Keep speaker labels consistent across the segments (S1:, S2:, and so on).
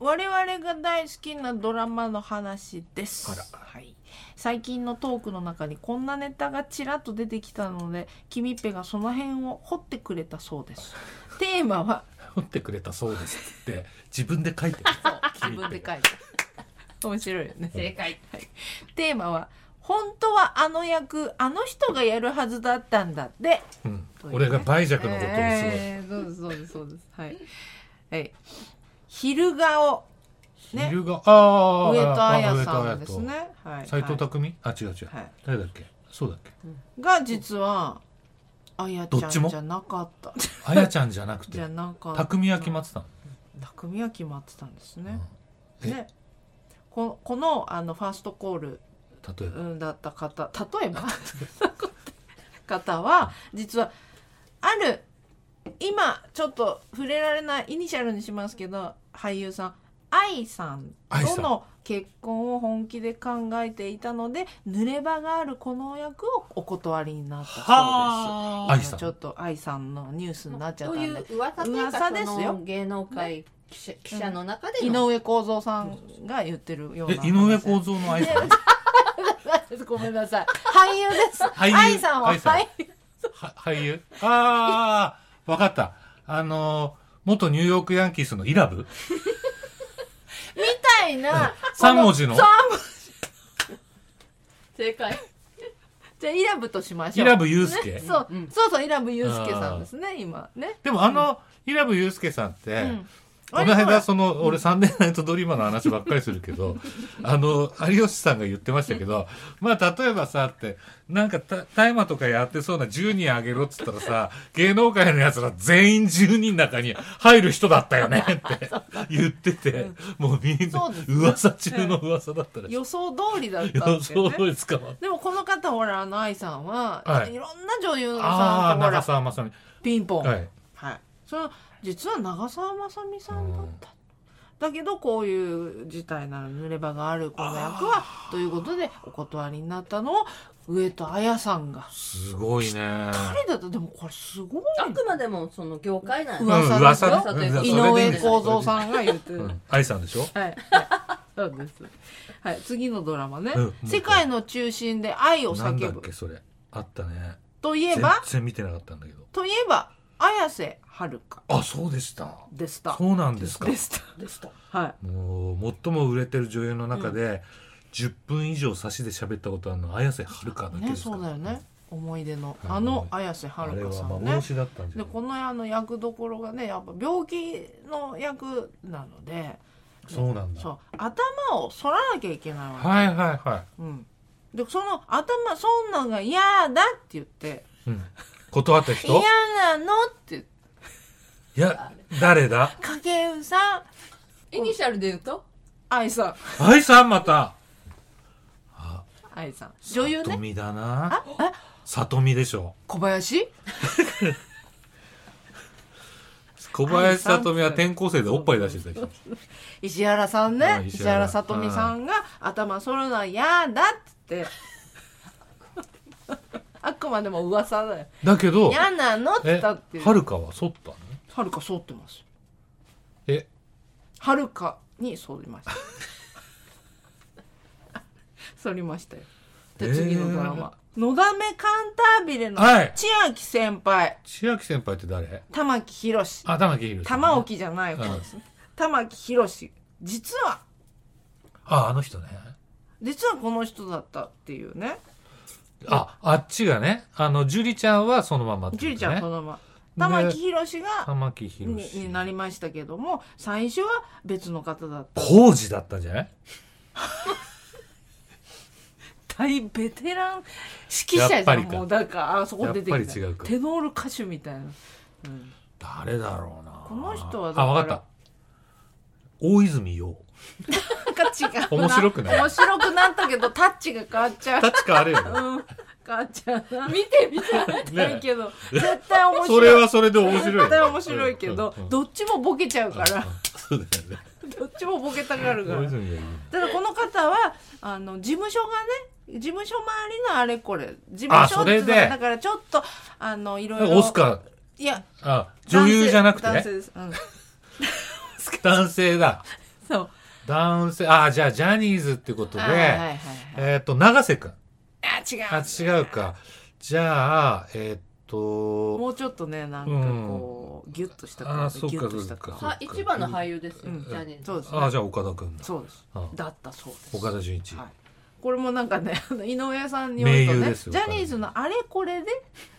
S1: 我々が大好きなドラマの話です
S2: あら
S1: はい、最近のトークの中にこんなネタがちらっと出てきたので君っぺがその辺を掘ってくれたそうですテーマは
S2: 掘ってくれたそうですって自分で書い てる
S1: 自分で書いた 面白いよね
S3: 正解
S1: テーマは本当はあの役あの人がやるはずだったんだって
S2: うん、俺が倍弱のことをすごい、
S1: えーそうですそうですそうですはい、はい、昼顔ね
S2: 昼がああ
S1: 上戸彩さんですねはい
S2: 斎藤
S1: は
S2: 匠あ違う違う、
S1: はい
S2: 誰だっけそう だっけ
S1: いが実はあやち
S2: ど
S1: ゃ
S2: っちも
S1: んじゃなかった
S2: 彩ちゃんじゃなく
S1: じ
S2: て
S1: ゃなかった
S2: 匠は決まってたの
S1: 匠は決まってたんですね、
S2: うんえ
S1: でここのあのファーストコール
S2: 例えば
S1: うんだった方例えば 方は実はある今ちょっと触れられないイニシャルにしますけど俳優さん愛さん
S2: 愛さ
S1: と
S2: ん
S1: の結婚を本気で考えていたので濡れ場があるこのお役をお断りになったそう
S3: は
S1: で
S2: 愛
S1: す。
S2: さん
S1: ちょっと愛さんのニュースになっちゃった
S3: と
S1: ん
S3: い
S1: で
S3: う噂というか
S1: 噂ですよ
S3: その芸能界記者記者の中で
S1: 井
S3: の
S1: 上公造さんが言ってるような
S2: え井上公造の愛さ ん
S1: ごめんなさい俳優です
S2: 俳優
S1: 愛さんは
S2: 愛さん
S1: 俳優
S2: は俳優ああわかったあのー元ニューヨークヤンキースのイラブ
S1: みたいな
S2: 三文字の
S1: 三文
S3: 正解
S1: じゃあイラブとしまし
S2: イ
S1: ょう。
S2: ラブユースケ
S1: そう
S3: うん
S1: そうそうイラブユースケさんですね今ね。
S2: でもあの、イラブユースケさんって、
S1: うん
S2: この間、その、俺、サンデーナイトドリーマーの話ばっかりする けど、あの、有吉さんが言ってましたけど、まあ、例えばさ、って、なんかた、大麻とかやってそうな10人あげろっつったらさ、芸能界の奴ら全員10人の中に入る人だった よねって言ってて、もうみんな
S1: そうです、ね
S2: 噂中の噂だったらしい、
S1: 予想通りだった
S2: 予
S1: っていう
S2: 想通
S1: ね。
S2: り捕まっ
S1: でもこの方ほらあの愛さんは、、
S2: はいい
S1: ろんな女優
S2: た。
S1: さ
S2: ああ
S1: ん
S2: ー、
S1: とほ
S2: 長
S1: ら
S2: 澤まさみ。
S1: ピンポン
S2: は
S1: はい、
S2: い。
S1: その実は長澤まさみさんだった。だけどこういう事態なら濡れ場があるこの役はということでお断りになったのを上戸彩さんが
S2: すごいね。
S1: 彼だとでもこれすごい
S3: あくまでもその業界内
S1: う
S2: う
S1: わ
S2: ん
S1: 噂
S2: 噂ね
S3: 噂とい
S2: う
S3: う
S1: 井
S2: んそ
S3: か
S2: れでいいん
S1: 上
S2: です
S1: 公造さんが言って
S2: う
S1: る。
S2: ん愛さんでしょ
S1: はい。そうです。はい、次のドラマね、
S2: うんもう
S1: 世界の中心で愛を
S2: なんだ
S1: 叫
S2: っけ
S1: ぶ。
S2: それあったね
S1: といえ
S2: 全
S1: ば、
S2: 然見てなかったんだけど
S1: といえば、綾瀬はるか
S2: あそうでした
S1: でした。
S2: そうなんですか
S1: でした。
S3: でした
S1: はい。
S2: もう最も売れてる女優の中で、10分以上差しで喋ったことあるの綾瀬はるかだけ
S1: ね、
S2: ですか
S1: そうだよね。思い出の、
S2: はい
S1: あの綾瀬は
S2: あれ
S1: るか
S2: は
S1: さんね。
S2: 幻だったんじゃ
S1: で、
S2: ない
S1: このあの役どころがね、やっぱ病気の役なので、
S2: そうなんだ
S1: そう、頭を反らなきゃいけないわけ。
S2: はいはいは
S1: うん。で、その頭、そんなんが嫌だって言って、
S2: い、うん、断った
S1: 嫌
S2: 人
S1: なのって言って
S2: いや誰だ
S1: かけうさん、
S3: イニシャルで言うと
S1: 愛さん、
S2: 愛さんまたあ
S1: 愛さん。女優
S2: 里
S1: ね。
S2: 見だな里見でしょ
S1: 小林
S2: 小林里美は転校生でおっぱい出してた人
S1: 石原さん
S2: う
S1: ね
S2: ん。石
S1: 石
S2: 原
S1: 原さとみさんが頭剃るのは嫌だっつって。 あくまでも噂だよ。
S2: だけど
S1: 嫌なのって言
S2: え
S1: ったっていう。
S2: はるかは剃ったの
S1: はるか剃ってます。
S2: え
S1: はるかに剃りました。 剃りましたよ。で、次のドラマ。のだめカンタービレの
S2: はい
S1: 千秋先輩、
S2: 千秋先輩って誰
S1: 玉木宏。
S2: あ、玉木宏、ね。
S1: 玉置じゃない方ですね。玉木宏実は
S2: あ、あの人ね。
S1: 実はこの人だったっていうね。
S2: あ、あっちがね、あの、樹里ちゃんはそのままってこと
S1: 樹
S2: ね、
S1: 里ちゃんそのまま玉木宏が
S2: 玉木
S1: に
S2: 宏。
S1: になりましたけども最初は別の方だっ
S2: 工事だったんじゃない
S1: た大ベテラン指揮者
S2: やっ
S1: じゃ
S2: ぱ
S1: ん
S2: りか
S1: もうだからあそこ出て
S2: や
S1: き
S2: っぱ
S1: た
S2: り違うか
S1: テノール歌手みたいな、うん、
S2: 誰だろうな。
S1: この人はだから
S2: あ、わかった。大泉洋。
S1: なんか違 うな
S2: 面白くない
S1: 面白くなったけどタッチが変わっちゃう
S2: 確かあれよね。
S1: うん変わっちゃうな見てみたいけど、絶対面白い
S2: それはそれで面白いよ。
S1: 絶対面白いけど、
S2: うんうんうん
S1: どっちもボケちゃうから、
S2: そうだよね。
S1: どっちもボケたがるから
S2: 大泉洋いいね。
S1: ただこの方はあの事務所がね事務所周りのあれこれ事務
S2: あ
S1: 所
S2: そ
S1: ってい
S2: れ
S1: う
S2: で
S1: のはだからちょっとあのいろいろ
S2: オスカ
S1: いや
S2: ー、あ、女優じゃなくて
S1: 男性
S2: ね。
S1: です、うん、
S2: 男性だ。
S1: そう。
S2: 男性、ああ、じゃあ、ジャニーズってことで、
S1: はいはいはいはい
S2: えっ、と、長瀬くん。
S1: あ、違う。
S2: あ、違うか。じゃあ、えっ、
S1: も
S2: と、
S1: うちょっとね、なんかこう、ギュッとした
S2: あ
S1: 顔
S2: ー
S1: で
S2: そうか
S1: ギュッとした顔
S2: そうか
S3: は一番の俳優ですよ、
S1: うん
S3: ジャニーズ
S1: そうです
S2: ああ、じゃあ、岡田くんだ。
S1: そうです
S2: あ。
S1: だったそうです。
S2: 岡田准一。
S1: はい。これもなんかね、 あの井上さんによると
S2: 名優
S1: ね、
S2: です
S1: ジ
S2: よ
S1: ャニーズのあれこれで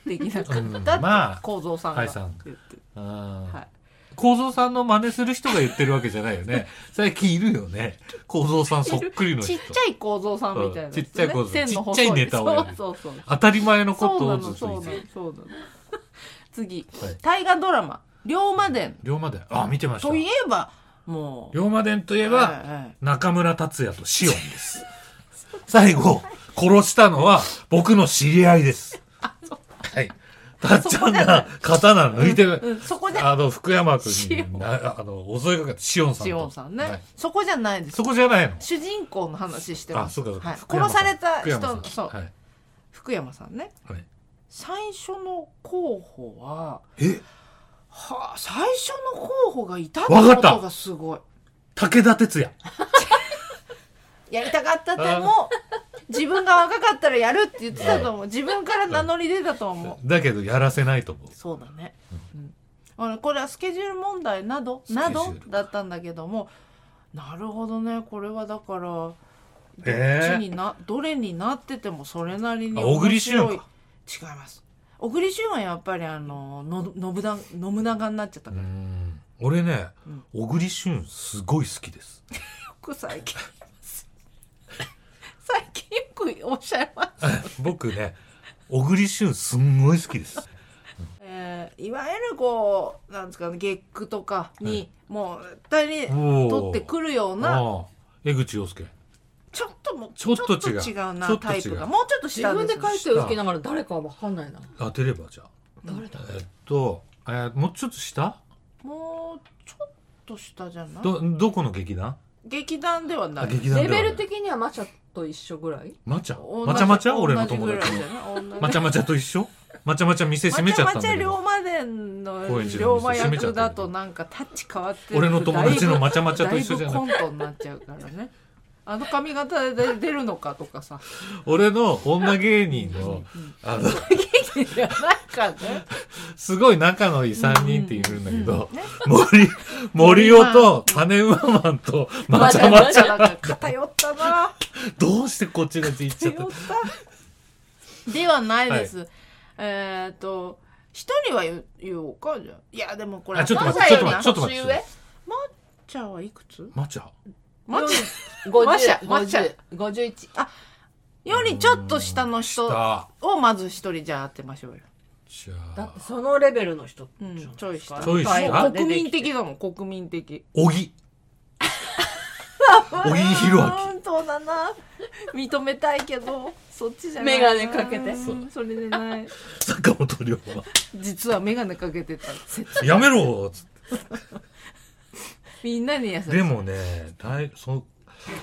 S1: できなか
S2: うん
S1: った
S2: ま
S1: っ
S2: あ
S1: て、構造さんが
S2: はい
S1: 言
S2: さん
S1: ってる。
S2: あ
S1: は
S2: あ
S1: い。
S2: 構造さんの真似する人が言ってるわけじゃないよ ね。最近いるよね。構造さんそっくりの人。
S1: ちっちゃい構造さんみたいなやつね、
S2: うんちっちゃい構造
S1: 線の細
S2: ちっちゃいネタをやる
S1: そうそうそう。
S2: 当たり前のこ
S1: そう
S2: と
S1: な
S2: を
S1: の、
S2: ずっと
S1: そ
S2: 言
S1: う
S2: っ
S1: な
S2: て
S1: の
S2: る。、
S1: そうなの。次、
S2: はい
S1: 大河ドラマ、龍馬伝。
S2: 龍馬伝。あ、見てました。
S1: とい
S2: 龍
S1: えば、もう。
S2: 馬伝といえば、
S1: えええ
S2: 中村達也とシオンです。 最後、殺したのは僕の知り合いです。はい。たっちゃんが刀抜いて、
S1: えうん、そこじゃ、
S2: あの、福山君
S1: シオ
S2: にな、あの、襲いかかったシオンさんと。
S1: しおんさんね、
S2: はい
S1: そこじゃないです
S2: そ。こじゃないの。
S1: 主人公の話してま
S2: あ、
S1: す。
S2: そうかそうか。
S1: はい、
S2: 福山
S1: 殺された
S2: 福山さ
S1: 人
S2: ん
S1: そう、
S2: はい。
S1: 福山さんね。
S2: はい
S1: 最初の候補は、
S2: え
S1: はあ、最初の候補がいたって
S2: わ
S1: こ
S2: かった
S1: とがすごい。
S2: 武田鉄矢。
S1: やりたかったと思う。自分が若かったらやるって言ってたと思う。自分から名乗り出たと思う。
S2: だけど、やらせないと思う。
S1: そうだね。うんあのこれはスケジュール問題などな
S2: スケ
S1: ど
S2: ジュール
S1: だったんだけどもなるほどねこれはだからどっち
S2: えー
S1: にな、どれになっててもそれなりに
S2: あ小栗旬か
S1: 面白い違います小栗旬はやっぱりあのの信長信長になっちゃった
S2: う
S1: から、
S2: ん。俺ね
S1: うん、
S2: 小栗旬、すごい好きです。
S1: よく最近 最近よくおっしゃいます
S2: 僕ね、小栗旬、すんごい好きです。
S1: えーいわゆるこうなんですかね月9とかに、もう絶対に
S2: お ー
S1: 取ってくるような
S2: ああ江口洋介
S1: ちょっとも
S2: ちょっと違う
S1: ちょっと違うな
S2: ちょっと違う
S1: タイプがもうちょっと
S3: 自
S1: 下
S3: 分
S1: で
S3: です書いてる好きながら誰かわかんないな
S2: 当てればじゃあ
S3: 誰だ
S2: えっと、えーもうちょっと下
S1: もうちょっと下じゃない
S2: どどこの劇団
S1: 劇団ではな
S2: あ
S1: い
S2: 劇団
S3: レ
S2: では
S3: ベ
S2: ない
S3: ル的にはマチャと一緒ぐらい
S2: まちゃ
S1: 同じ
S2: まちゃまちゃ
S1: 同じ
S2: 俺の友達
S1: ぐら
S2: の
S1: いだよね同じ
S2: まちゃまちゃと一緒まちゃまちゃ店閉めちゃったん
S1: ま
S2: だ
S1: ちゃまちゃ
S2: け
S1: 龍
S2: ど
S1: 馬伝の
S2: 高円寺
S1: 龍
S2: の
S1: 馬
S2: 店閉めちゃ
S1: 役
S2: った
S1: だとなんかタッチ変わって
S2: 俺の友達の
S1: ま
S2: まちゃまちゃと一緒じゃ
S1: だい
S2: ない
S1: ぶコントになっちゃうからねあの髪型で出るのかとかさ
S2: 俺の女芸人のあの
S1: いやなんかね
S2: すごい仲のいい3人っているんだけ
S1: うんうん
S2: ど
S1: ね
S2: 森森尾と種馬マンとまちゃまち
S1: な
S2: ゃ
S1: んか偏ったな
S2: どうしてこっちがち行っちゃっ
S1: 偏
S2: た
S1: ったではないです、えーっと一人は言う言おうかじゃあいやでもこれ
S2: あちょっと待って
S1: マ
S2: ち
S1: サ
S2: ょっ
S1: よ
S2: と
S1: り
S2: 待ってちょっと待っ
S3: 年
S2: て
S3: 上
S1: ちゃんはいくつ
S2: まちゃ
S1: マッチマシャマシャ
S3: 5051
S1: よりちょっと下の人
S2: だ
S1: をまず一人じゃあ当てましょうよ、
S2: じゃ
S3: だっ
S2: あ
S3: てそのレベルの人
S1: うん、ちょい下
S2: ちょい下
S1: もう国民的だもん国民的
S2: 小木小木弘明
S1: うんそうだな 認めたいけどそっちじゃない
S3: メガネかけて
S1: うんそれでない
S2: 坂本龍馬
S1: 実は眼鏡かけてた説
S2: やめろつっ
S1: みんなに優しい
S2: てでもね大そ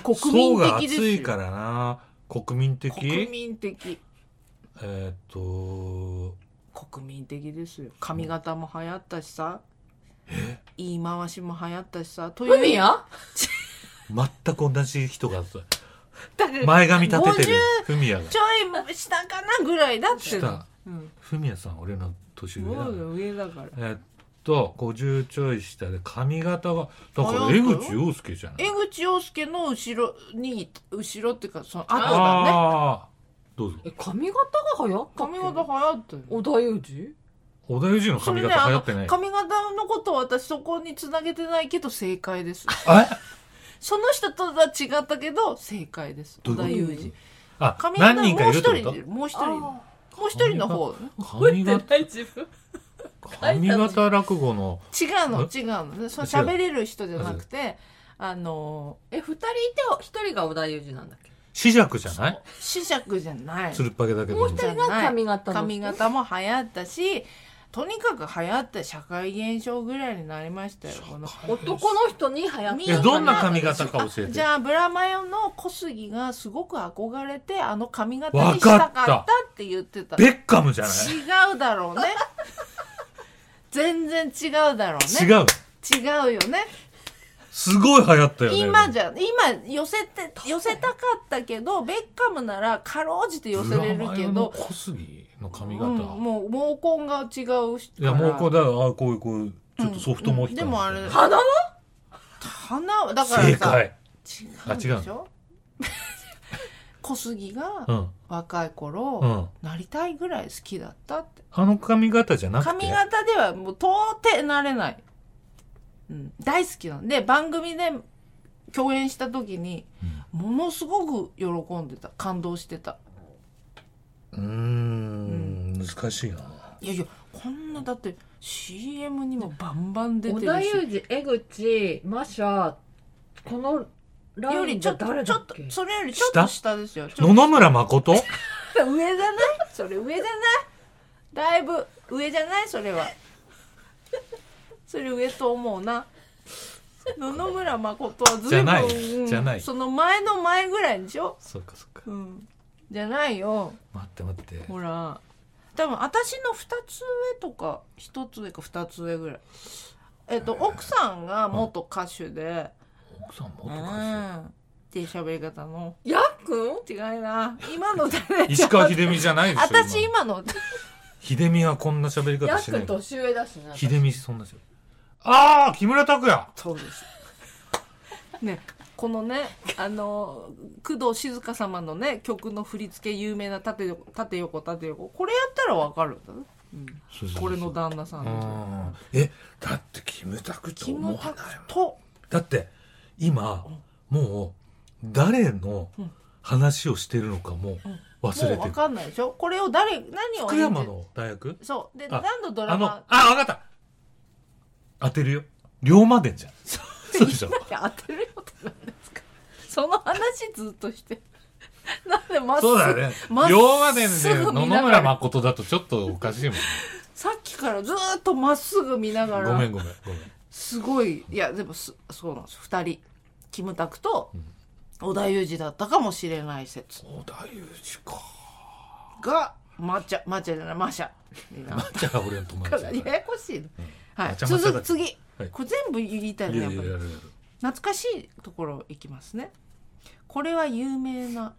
S1: 国
S2: 層
S1: 民
S2: が
S1: 的です
S2: 厚
S1: よ
S2: いからな国民的
S1: 国民的
S2: えーっと
S1: 国民的ですよ髪型も流行ったしさ言い回しも流行ったしさという
S3: 海や
S2: 全く同じ人が
S1: だから
S2: 前髪立ててる
S1: 50
S2: フミヤが
S1: ちょい下かなぐらいだって
S2: 下
S1: うん
S2: フミヤさん俺の年上だ
S1: も
S2: な
S1: う上だから
S2: えーっと50ちょい下で髪型がだから
S1: 流
S2: 江
S1: 行った
S2: 口洋介じゃない
S1: 江口洋介の後ろに後ろっていうかその後だね
S2: ああどうぞ
S3: え髪型が流行ったっけ
S1: 髪型流行ったよ
S3: 織田裕二
S2: 織田裕二の
S1: そ
S2: 髪
S1: れね
S2: 型
S1: あ
S2: 流行
S1: の
S2: ってない
S1: 髪型のことは私そこにつなげてないけど正解です
S2: え
S1: その人とは違ったけど正解です
S2: どう
S1: 織
S2: いうこ
S1: 田
S2: と
S1: 裕二
S2: あ
S1: 髪型
S2: 何人かいるって
S1: も
S2: こ
S1: う一人い
S2: と
S1: るもう一人いるも
S3: あ
S1: う一人の方ね
S2: 髪型
S3: ない自分
S2: 髪型落語の
S1: 違うの
S2: ん
S1: 違うのねその
S2: 違う
S1: 喋れる人じゃなくてあの
S3: え二人いて一人が織田裕二なんだっけ
S2: 四尺じゃない
S1: 磁石じゃない
S2: つるっぱげだけど
S3: もう一人が髪型の人
S1: 髪型も流行ったしとにかく流行った社会現象ぐらいになりましたよこの
S3: 男の人に流行って
S2: いやどんな髪型か教え
S1: じ
S2: て
S1: ゃあブラマヨの小杉がすごく憧れてあの髪型にしたか
S2: わ
S1: った
S2: かった
S1: って言ってた
S2: ベッカムじゃない
S1: 違うだろう ね全然違うだろうね
S2: 違う
S1: 違うよね
S2: すごい流行ったよね。
S1: 今じゃ今寄せて寄せたかったけどベッカムならかろうじて寄せれるけ
S2: ブラマヨの
S1: ど、
S2: 小杉の
S1: う
S2: 髪
S1: ん、
S2: 型。
S1: もう毛根が違うし
S2: いや、もうこうだよ。あこういう、こういう、ちょっとソフトも
S1: うんでもあれ
S3: 鼻の
S1: 花はだからさ
S2: 正解。
S1: 違うんでしょ 小杉が
S2: うん。
S1: 若い頃、
S2: うん。
S1: なりたいぐらい好きだったって
S2: あの髪型じゃなくて。
S1: 髪型ではもう到底なれない、うん、大好きなんで番組で共演した時にものすごく喜んでた感動してた
S2: うーん、難しいな。
S1: いやいやこんなだって CM にもバンバン出て
S3: 織
S1: る
S3: 田
S1: し
S3: 裕二、江口、マシャ、このラ
S1: よ
S3: イ
S1: り
S3: ン
S1: ちょ
S3: が
S1: っと
S3: 誰
S1: ちょ
S3: だ
S1: っ
S3: っ
S1: と
S3: け
S1: それよりちょっと下ですよちょ
S2: 野
S1: っ
S2: 々 村誠
S1: と上じゃないそれ上じゃないだいぶ上じゃないそれはそれ上と思うな野々村誠はずいぶん
S2: じゃない
S1: うん
S2: じゃない
S1: その前の前ぐらいでしょ
S2: そうかそうか。
S1: うんじゃないよ
S2: 待って待って。
S1: ほら多分私の2つ上とか1つ上か2つ上ぐらいえっと奥さんが元歌手で
S2: 奥さんも
S1: う
S2: っと
S1: んっていう喋り方の
S3: ヤックン
S1: 違いな今の誰
S2: 石川秀美じゃないでしょ。
S1: 私今の
S2: 秀美はこんな喋り
S3: ヤ
S2: 方
S3: ッ
S2: し
S3: ク
S2: な
S3: ン
S2: い。
S3: 年上だしね。
S2: 秀美そんな喋り。ああ木村拓哉
S1: そうですねこのねあの工藤静香様のね曲の振り付け有名な縦横縦横縦横これやったらわかるんだね、うん
S2: そうそうそう
S1: これの旦那さんの
S2: うんえ、だってキムタクって
S1: キ
S2: 思
S1: ム
S2: わ
S1: タ
S2: ない
S1: クと
S2: だって今、もう誰の話をしてるのかも忘
S1: も
S2: れ
S1: う
S2: て
S1: わ
S2: る。
S1: かんないでしょこれを誰何を
S2: 福
S1: 演じ
S2: 山の大学
S1: そうで
S2: あ
S1: 何のド
S2: あ
S1: ラ
S2: の、あ
S1: マ、
S2: わかった当てるよ。龍馬伝 じゃん。そうでしょ。
S1: いや当てるよってなんですかその話ずっとして なんでまっす
S2: そう
S1: ぐ
S2: だよね
S1: まっ。す
S2: 龍
S1: ぐ
S2: 馬伝で野
S1: 見ながら
S2: 々村誠だとちょっとおかしいもん。
S1: さっきからずーっとまっすぐ見ながら
S2: ごめん ごめんごめん。
S1: すごいいやでもすそうなんです2人キムタクと織田裕二だったかもしれない説
S2: 小田裕二か。
S1: がマチャマチャじゃないマシ ャになっ
S2: まっちゃんが俺の友
S1: た
S2: 達
S1: から
S2: だ
S1: や
S2: から。
S1: やこしいな、は
S2: マ
S1: い
S2: チャマチャ
S1: 続
S2: だ
S1: く次、
S2: はい
S1: これ全部言いたい
S2: い
S1: ねや
S2: や
S1: っ
S2: い
S1: ぱ
S2: やい
S1: り
S2: やいや。
S1: 懐かしいところ行きますねこれは有名な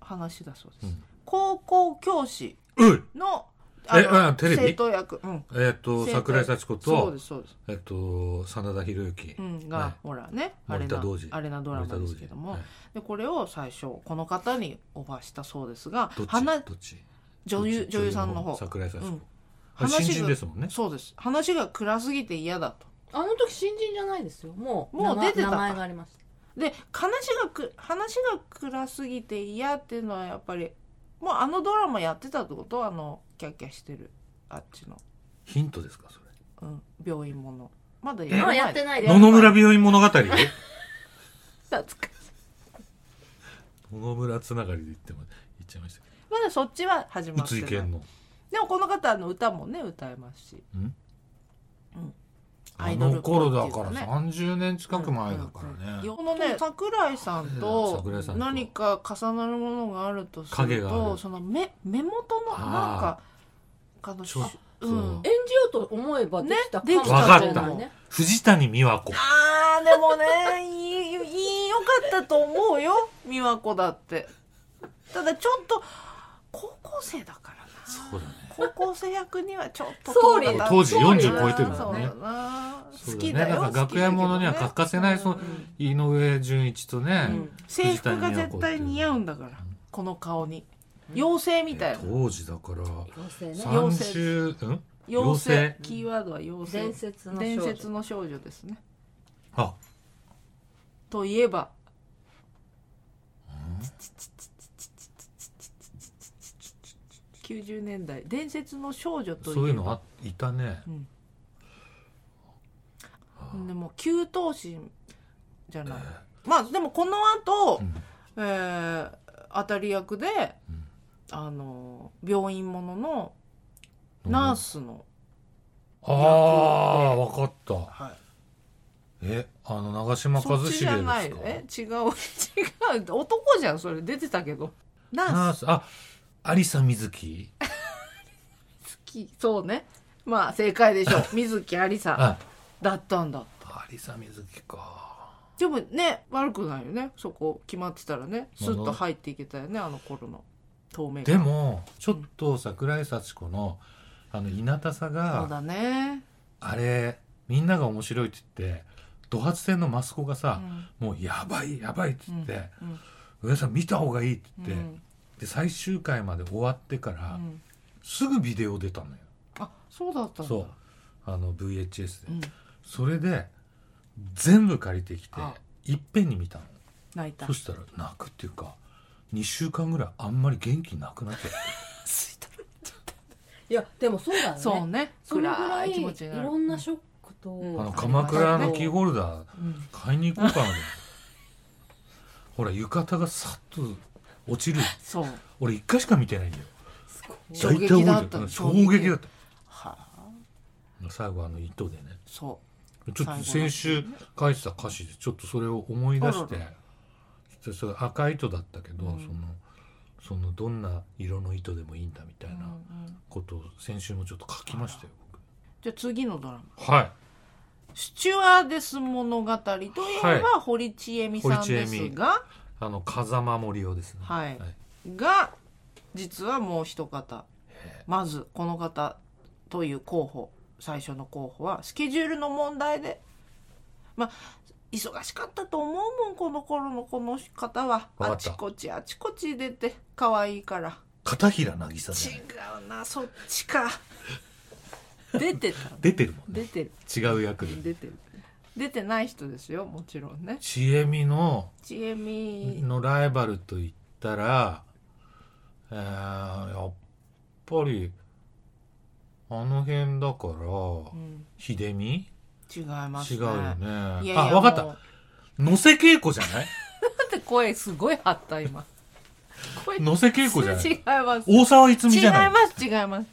S1: 話だそうです、
S2: うん
S1: 高校教師
S2: うい
S1: の
S2: え
S1: の
S2: あテレビ
S1: 生徒役、うん、
S2: えっと、
S1: 生徒
S2: 桜井幸子
S1: そう
S2: と
S1: で、すそうです、
S2: えっと、真田広之
S1: う。ん、が、
S2: はい
S1: ほらねあれ
S2: 森田
S1: な
S2: 童子
S1: あれなドラマですけども、
S2: 森
S1: でこれを最初この方にオファーしたそうですが
S2: 田童子はい
S1: 花
S2: どっち
S1: 女優女優さんの方
S2: 桜井幸子、
S1: うん
S2: あ
S1: 話が
S2: 新人ですもんね
S1: そうです話が暗すぎて嫌だと
S3: あの時新人じゃないですよ。もう、
S1: もう出てた
S3: 名
S1: か
S3: 前がありました。
S1: で話がく話が暗すぎて嫌っていうのはやっぱりもうあのドラマやってたってことあのキャッキャしてるあっちの、
S2: ヒントですかそれ
S1: うん、病院ものまだ
S3: まあやって
S1: い
S3: ないで
S2: 野々村病院物語野
S1: 懐かしい
S2: 々村つながりで言っても言っちゃいましたけ
S1: まだそっちは始
S2: ど
S1: まって
S2: 宇
S1: な
S2: 津
S1: い
S2: 井健の
S1: でもこの方あの歌もね歌えますし
S2: ん
S1: ア
S2: あ
S1: イドル
S2: の
S1: っぽい
S2: 頃
S1: ってい
S2: だ
S1: う
S2: から
S1: ね
S2: 30年近く前だから
S1: うん
S2: ね
S1: このね桜井さんと
S2: 桜井さんと
S1: 何か重なるものがあるとすると
S2: 影がある
S1: その目目元のなんかあの
S2: ちょ
S1: う
S2: そうん
S3: 演じようと思えばできたかもし
S1: ね
S3: れ
S1: でき
S2: たわかった
S3: ないね。
S2: 藤谷美和子
S1: あーでもねいいいいよかったと思うよ美和子だってただちょっと高校生だからな
S2: そうだね
S1: 高校生役にはちょっと
S3: 総理
S1: だ
S2: 当時
S3: 40
S2: 超えてるもんね
S1: そうだな
S2: そう
S1: 好
S2: だ
S1: き
S2: ね
S1: だよ
S2: だから学園ものには欠かせないそう
S1: 好きだけどね
S2: 井上純一とね、
S1: うん制服が絶対似合うんだからこの顔に妖精みたいな
S2: 当時だから
S3: 妖精ね。
S1: 妖精
S2: 30うん
S1: 妖精
S2: 妖精
S1: キーワードは妖精
S3: 伝説の少
S1: 伝
S3: 女。
S1: 説の少女ですね
S2: あ
S1: といえば90年代伝説の少女といえば
S2: そういうのあいたね
S1: でも給湯心じゃない、まあでもこの後、
S2: ん
S1: えー当たり役で、
S2: ん
S1: あの病院もののナースの、
S2: ああ分かった
S1: はい
S2: え、あの長嶋
S1: そ
S2: 一
S1: っ
S2: 茂で
S1: ち
S2: す
S1: じ
S2: か
S1: ゃ。ないよえ違う違う男じゃんそれ出てたけどナ
S2: ナ
S1: ー
S2: ー
S1: ス
S2: ス、あ、有沙瑞希。
S1: 好きそうね まあ正解でしょう水木有沙
S2: あ、
S1: だったんだ
S2: 有沙瑞希か。
S1: でもね悪くないよねそこ決まってたらねスッと入っていけたよねあの頃の透明
S2: でもちょっと桜井幸子のあの稲田
S1: そ
S2: さ
S1: う
S2: が
S1: だね、
S2: あれみんなが面白いって言ってド発戦のマスコが
S1: う
S2: さ、
S1: ん
S2: もうやばいやばいって言って、
S1: うん
S2: 上田さん見た方がいいって
S1: う
S2: 言って、
S1: ん
S2: で最終回まで終わってか
S1: う
S2: ら、
S1: ん
S2: すぐビデオ出たのよ
S1: あそうだったんだ
S2: そうあの VHS で、
S1: うん、
S2: それで全部借りてきて
S1: あ
S2: いっぺんに見たの
S1: 泣いた
S2: そしたら泣くっていうか2週間ぐらいあんまり元気なくなっちゃった
S3: いやでもそうだよね
S1: そうね
S3: そのぐら
S1: 暗
S3: い
S1: い気
S3: い
S1: 持ちになる
S3: ろんなショックと、
S1: うん
S2: あの
S1: あ
S2: 鎌倉のキーホルダー
S1: うん
S2: 買いに行こうか なほら浴衣がさっと落ちる
S1: そう
S2: 俺1回しか見てないんだよ
S3: すごい
S1: 衝撃だった
S2: 大体覚えてる
S1: 衝
S2: 衝
S1: 撃
S2: 撃だった
S1: はあ
S2: 最後あの糸でね
S1: そ
S2: ちょっと先週書いてた歌詞でちょっとそれを思い出して
S1: あ
S2: そそれ赤い糸だったけど、
S1: うん
S2: そのそのどんな色の糸でもいいんだみた
S1: う、
S2: いな
S1: うんうん
S2: ことを先週もちょっと書きましたよ
S1: じゃあ次のドラマ
S2: 僕はい
S1: 「スチュワーデス物語」といえば、
S2: はい
S1: 堀ちえみさんですが
S2: あの風間森夫ですね
S1: はいが実はもう一方
S2: え
S1: まずこの方という候補最初の候補はスケジュールの問題でまあ忙しかったと思うもんこの頃のこの方は
S2: わか
S1: あ
S2: った
S1: ちこちあちこち出て可愛いから
S2: 片平渚で
S1: 違うなそっちか出てた
S2: 出てるもんね
S1: 出てる
S2: 違う役で
S1: 出てる出てない人ですよもちろんね
S2: ちえみの
S1: ちえみ
S2: のライバルと言ったら、えーやっぱりあの辺だから、
S1: うん
S2: 秀美
S1: 違います
S2: 違う
S1: ね
S2: よね
S1: いやいや
S2: あわかっ
S1: もう
S2: た野瀬恵子じゃない
S1: だって声すごい張った今声
S2: 野瀬恵子じゃな
S1: 違
S2: い
S1: います
S2: 大沢いつみ
S1: 違い
S2: じゃない
S1: ます違います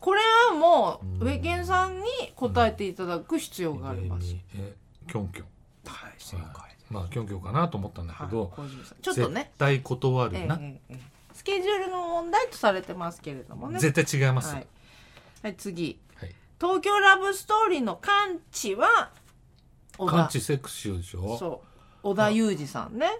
S1: これはもう
S2: う
S1: んウェケンさんに答えていただく必要があります、
S2: 秀美えキョンキョン
S1: はい正解です
S2: まあキョンキョンかなと思ったんだけ
S1: はい
S2: ど、
S1: 小泉さんちょっとね
S2: 絶対断
S1: え
S2: る
S1: え
S2: な、
S1: ええええスケジュールの問題とされてますけれどもね
S2: 絶対違います、
S1: は
S2: はいい、
S1: はい、次東京ラブストーリーの完治は小
S2: カン
S1: 田
S2: チセクシーでしょ
S1: そう小田裕二さんね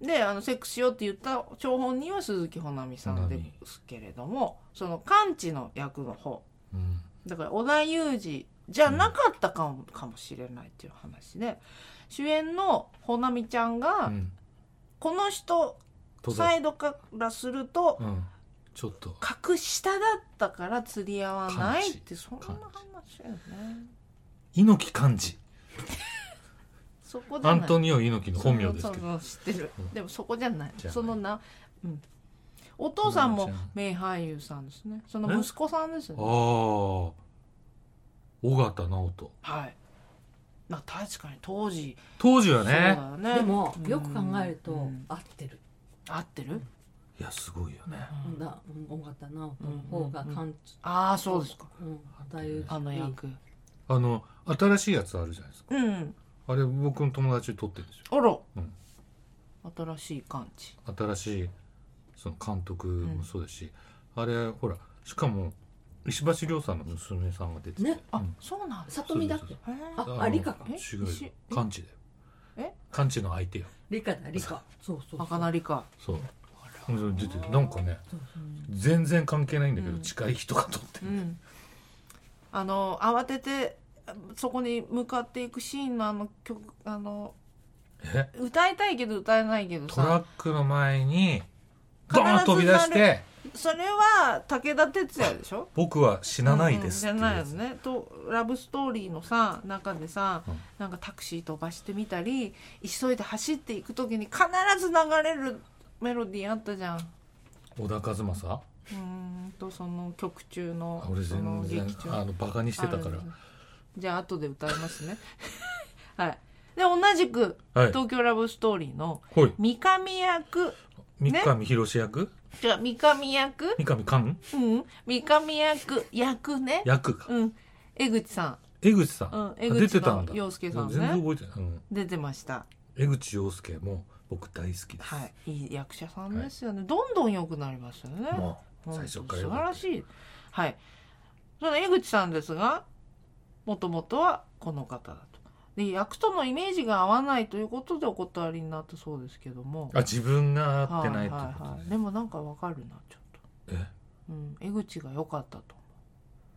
S1: であのセックスしようって言った張本人は鈴木保奈美さんですけれどもその完治の役の方
S2: う、ん、
S1: だから小田裕二じゃなかったかも,、かもしれないっていう話で主演の保奈美ちゃんが、
S2: うん、
S1: この人
S2: 戸田
S1: サイドからすると、
S2: うん、ちょっと
S1: 格下だったから釣り合わないってそんな話
S2: 完
S1: だよね
S2: 猪木寛治
S1: そこじ
S2: ア
S1: ゃな
S2: ン
S1: い
S2: トニオ猪木の本名ですけど
S1: そうそう知ってる
S2: うん
S1: でもそこじゃない
S2: じゃない
S1: そのな、うん、お父さん
S2: う
S1: も
S2: んじゃあ
S1: 名俳優さんですねその息子さんです
S2: ああ
S1: ね
S2: 尾形直人
S1: はいまあ確かに当時
S2: 当時
S1: そ
S2: は
S1: うだ
S2: ね
S1: よね
S3: でも
S1: うん
S3: よく考える
S1: う
S3: と
S1: ん
S3: 合ってる、
S1: 合ってる、
S2: いやすごいよね
S1: うん
S3: だ尾形直人の方が完治
S1: ああそうですか
S3: うんだいぶ
S1: あの役
S2: あの新しいやつあるじゃないですか
S1: うん
S2: あれ僕の友達で撮ってるんですよ
S1: あら、
S2: うん
S1: 新しい感じ
S2: 新しいその監督もそうですし、あれほらしかも石橋亮さんの娘さんが出てて
S3: ね
S1: あ、
S2: うん
S1: そうなんです
S3: 里見だっ
S2: そ
S3: け
S2: う
S1: へえ
S3: あ
S2: の
S3: 理香か
S2: 違うよ
S1: 石
S2: 完治だよ
S1: え
S2: 完治の相手よ
S3: 理科だ理科そうそうそう
S1: 赤なりか
S2: そううん出てなんかね全然関係ないんだけど、
S1: うん
S2: 近い人が撮って
S1: う
S2: る、
S1: ん、あの慌ててそこに向かっていくシーンのあの曲あの
S2: え
S1: 歌いたいけど歌えないけど
S2: トラ
S1: さ
S2: ックの前にドーン飛び出し
S1: 必ずな
S2: て
S1: それは武田鉄矢でしょ
S2: 「僕は死なないです」
S1: う
S2: っ
S1: ん
S2: て
S1: じ
S2: い
S1: ゃない
S2: うや
S1: よ
S2: つ
S1: ねとラブストーリーのさ中でさ、
S2: うん
S1: なんかタクシー飛ばしてみたり急いで走っていく時に必ず流れるメロディーあったじゃん
S2: 小田和正
S1: うーんとその曲中の
S2: あ俺
S1: その
S2: 全然
S1: 劇中の
S2: あのバカにしてたか
S1: あ
S2: ら
S1: るじゃあ後で歌いますね はいで同じく
S2: はい
S1: 東京ラブストーリーの
S2: ほい
S1: 三上役
S2: 三上博史役
S1: じゃあ三上役
S2: 三上寛
S1: うん三上役役ね
S2: 役か
S1: うん江口さ
S2: 江口さん、
S1: うん
S2: あ
S1: 江口の
S2: 出てたんだ
S1: 洋介さんね
S2: 全然覚えてない、うん
S1: ん出てました
S2: 江口洋介も僕大好きです、
S1: はいいい役者さんですよね、どんどん良くなりますよね
S2: もう最初から
S1: 素晴
S2: よからった
S1: しいはいその江口さんですがもともとはこの方だとで役とのイメージが合わないということでお断りになったそうですけども
S2: あ自分が合ってないって
S1: はい
S2: こ
S1: はい
S2: と
S1: は
S2: ね
S1: い、でもなんかわかるなちょっと、
S2: え
S1: うん、江口が良かったと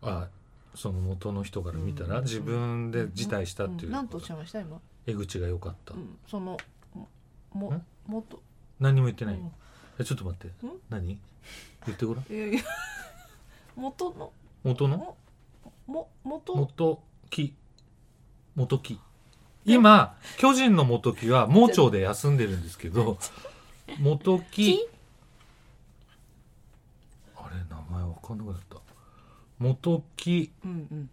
S2: あその元の人から見た
S1: う
S2: ら
S1: ん
S2: 自分で辞退したってい
S1: ん
S2: う
S1: なんとお
S2: こ
S1: っしゃ
S2: と
S1: いました今、
S2: 江口が良かった
S1: うん、そのもも
S2: ん
S1: もっと
S2: 何にも言ってない
S1: うん
S2: えちょっと待って何言ってごらん
S1: いやい や元の
S2: 元の
S1: も元
S2: 元木元木今巨人の元木は盲腸で休んでるんですけど元木
S1: 木
S2: あれ名前わかんなくなった元木
S1: うん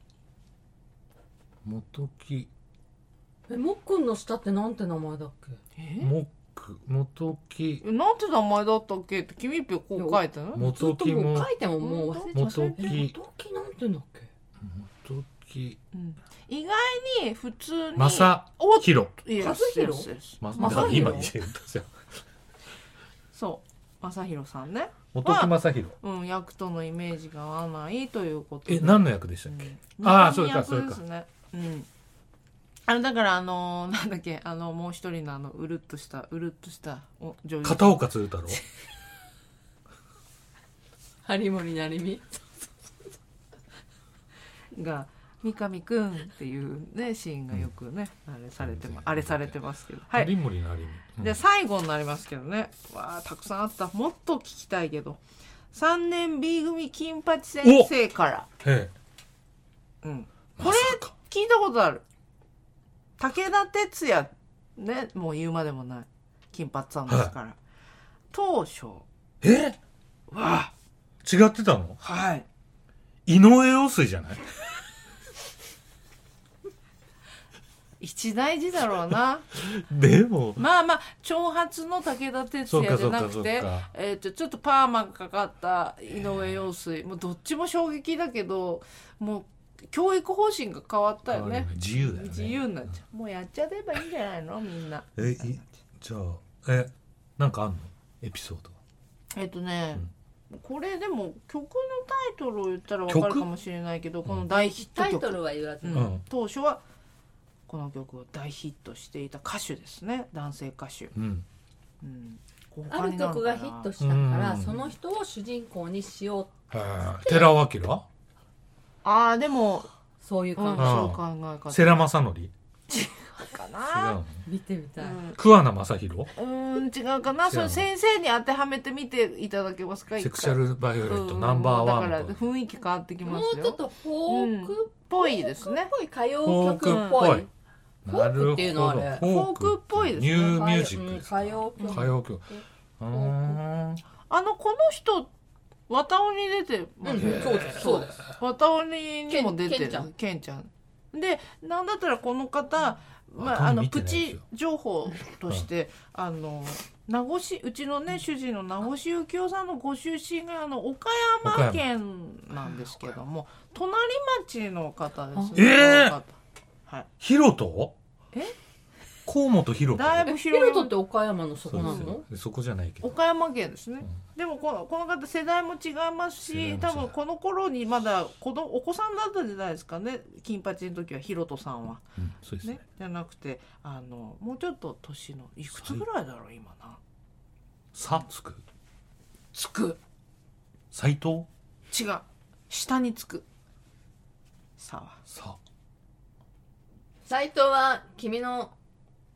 S1: うん
S2: 元木
S3: えもっくんの下ってなんて名前だっけ
S1: え
S2: モック元木
S1: なんて名前だったっけって君ぴょこう書いたの
S2: 元
S3: ずっ
S2: 木
S3: ともう
S2: も
S3: 書いてももう忘れちゃっ
S2: 元
S3: たえ
S2: 木
S3: 元木なんてだっけ
S2: 元木
S1: うん意外に普通に
S2: 正
S1: お
S2: 宏
S1: いや
S3: 和弘
S1: そうです
S2: ま
S1: 正
S2: だ
S1: 弘
S2: 今言えたじゃん
S1: そう正弘さんね
S2: 元木正宏
S1: うん役とのイメージが合わないということで
S2: え何の役でしたっけ
S1: うん
S2: あーそうか
S1: 日本の役ですねうんあのだからあのーなんだっけあのもう一人のあのうるっとしたうるっとしたお女優
S2: 片岡鶴太郎
S3: 有森成美
S1: が「三上くん」っていうねシーンがよくね、あれされてまあれされてますけどはい
S2: 有森の有森うん
S1: で最後になりますけどねわあたくさんあったもっと聞きたいけど3年 B 組金八先生から、
S2: え
S1: うん、こ
S2: え
S1: れ
S2: まさか
S1: 聞いたことある武田鉄矢ねもう言うまでもない金八さんですから、当初
S2: え
S1: は
S2: 違ってたの
S1: はい
S2: 井上陽水じゃない
S1: 一大事だろう な
S2: でも、
S1: まあまあ長髪の武田鉄
S2: そう
S1: 矢
S2: か
S1: じ
S2: そ
S1: ゃ
S2: う
S1: な
S2: かそ
S1: く
S2: う
S1: て
S2: か。
S1: えー、とちょっとパーマがかかった井上陽水もうどっちも衝撃だけどもう教育方針が変わったよね
S2: 自由だよね。
S1: 自由になっちゃうもうやっちゃえばいいんじゃないのみんな
S2: え、いじゃあ、え、なんかあんのエピソード。
S1: えっ、とね、これでも曲のタイトルを言ったらわかるかもしれないけどこの大ヒット
S3: タイ
S1: 曲、
S3: トルは言わず
S1: うん
S2: うん
S1: 当初はこの曲を大ヒットしていた歌手ですね男性歌手、
S2: うん。
S1: うん、
S3: ある曲がヒットしたからその人を主人公にしよう
S2: 寺尾明
S1: ああでも、
S3: そういう
S1: うん、そう
S3: 感
S2: あ
S1: 考え方
S2: 世良正則違
S1: か
S2: う
S1: な
S2: の
S3: じ見てみたい
S1: うん
S2: 桑名正宏
S1: うーん違うかなそ
S2: そうや
S1: れ
S2: な
S1: 先生に当てはめてみていただけますか
S2: セクシャ
S1: ル
S2: ルバイオレットナンバーワ
S1: だから
S2: ンの。
S1: 雰囲気変わってきま
S3: も
S1: す
S3: う
S1: よ
S3: ちょっとフォークっ
S1: ぽいですね
S3: ぽい歌謡曲っぽ
S2: フォークっぽい
S3: いフォークっていうのはね
S2: なる
S1: フォ
S2: ほど
S1: ークっぽいですね
S2: ニューミュージックです
S3: 歌謡曲
S2: 歌謡曲。うーん。
S1: あのこの人綿鬼に出てま
S3: う
S1: す
S3: ん
S1: よね
S3: そうですそうです
S1: 綿鬼にも出てる
S3: ケンケンちゃん
S1: ケンちゃんでなんだったらこの方、まあ、
S2: あ
S1: あ
S2: 多分
S1: の
S2: 見て
S1: プ
S2: ないです
S1: チ
S2: よ
S1: 情報として、あの名護市うちのね主人の名護市幸雄さんのご出身があの岡山県なんですけども隣町の方ですね。
S2: ええ
S1: この方はい、
S2: ヒロト
S1: え
S2: 河本ヒロト
S1: だいぶ
S3: ヒロ
S1: 広
S3: ト
S1: い
S3: って岡山のそこ
S2: そう
S3: な
S2: で
S3: の
S2: すよでそこじゃないけど。
S1: 岡山県ですね、
S2: う
S1: でもこのこの方世代も違いますし
S2: 世代も違う
S1: 多分この頃にまだ子供お子さんだったんじゃないですかね金八の時はヒロトさんは
S2: うんそうです
S1: ね
S2: ね。
S1: じゃなくてあのもうちょっと年のいくつぐらいだろう今な
S2: さつく
S1: つく
S2: 斎藤
S1: 違う下につくさは
S2: さ
S3: 斎藤は君の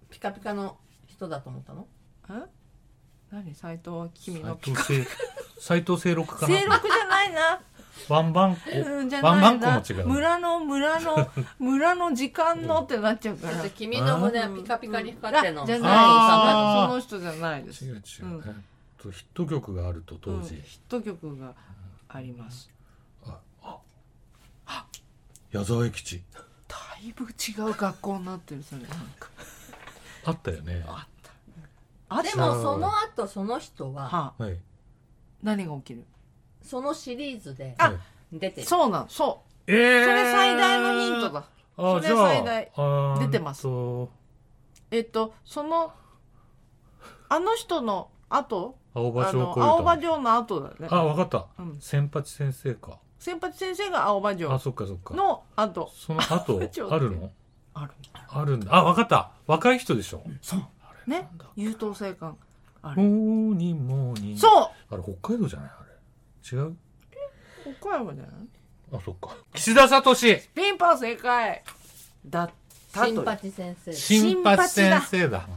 S3: ピカピカの人だと思ったの
S1: ん何斎藤は君
S2: 斎
S1: の
S2: 藤正 斎藤正六かな
S1: 正六じゃないな
S2: ワンバンコ、
S1: うんじゃ
S2: ワン
S1: な
S2: バ
S1: い
S2: ンコも
S1: な
S2: 違う
S1: 村の村の村の時間のってなっちゃうから
S3: 君の胸はピカピカに光ってるの
S1: あじゃない
S2: あー
S1: その人じゃないです
S2: 違う違う、
S1: うん
S2: えっとヒット曲があると当時、
S1: うんヒット曲があります
S2: 矢沢永吉
S1: だいぶ違う学校になってるそれなんか
S2: あったよね
S1: あったあ
S3: で
S1: でも
S3: もその後その人は
S1: はあ
S2: はい
S1: 何が起きる
S3: そのシリーズで
S1: あ
S2: はい
S3: 出てる
S1: そうなんそう
S2: えー
S1: それ最大のヒントだ
S2: あ
S1: それ
S2: じゃあ
S1: 最大
S2: あー
S1: 出てます
S2: と
S1: えっとそのあの人の後
S2: 青葉
S1: あ
S2: 城
S1: の
S2: を
S1: 青葉
S2: 越え
S1: 城の後だね
S2: たあわかった、
S1: うん
S2: 千八先生か
S1: 先八先生が青葉
S2: あ
S1: 城
S2: そっかそっか
S1: の後
S2: その後
S1: ちょっと
S2: あるの
S1: ある
S2: あるんだ。あ、わかった。若い人でしょ。
S1: そう
S2: あれ
S1: ね優等生感ある
S2: モーニンモーニン。
S1: そう
S2: あれ、北海道じゃないあれ。違う
S1: 岡山じゃない
S2: あ、そっか。岸田聡
S1: ピンポン正解だったと
S3: 新八先生
S2: 新八先生だ。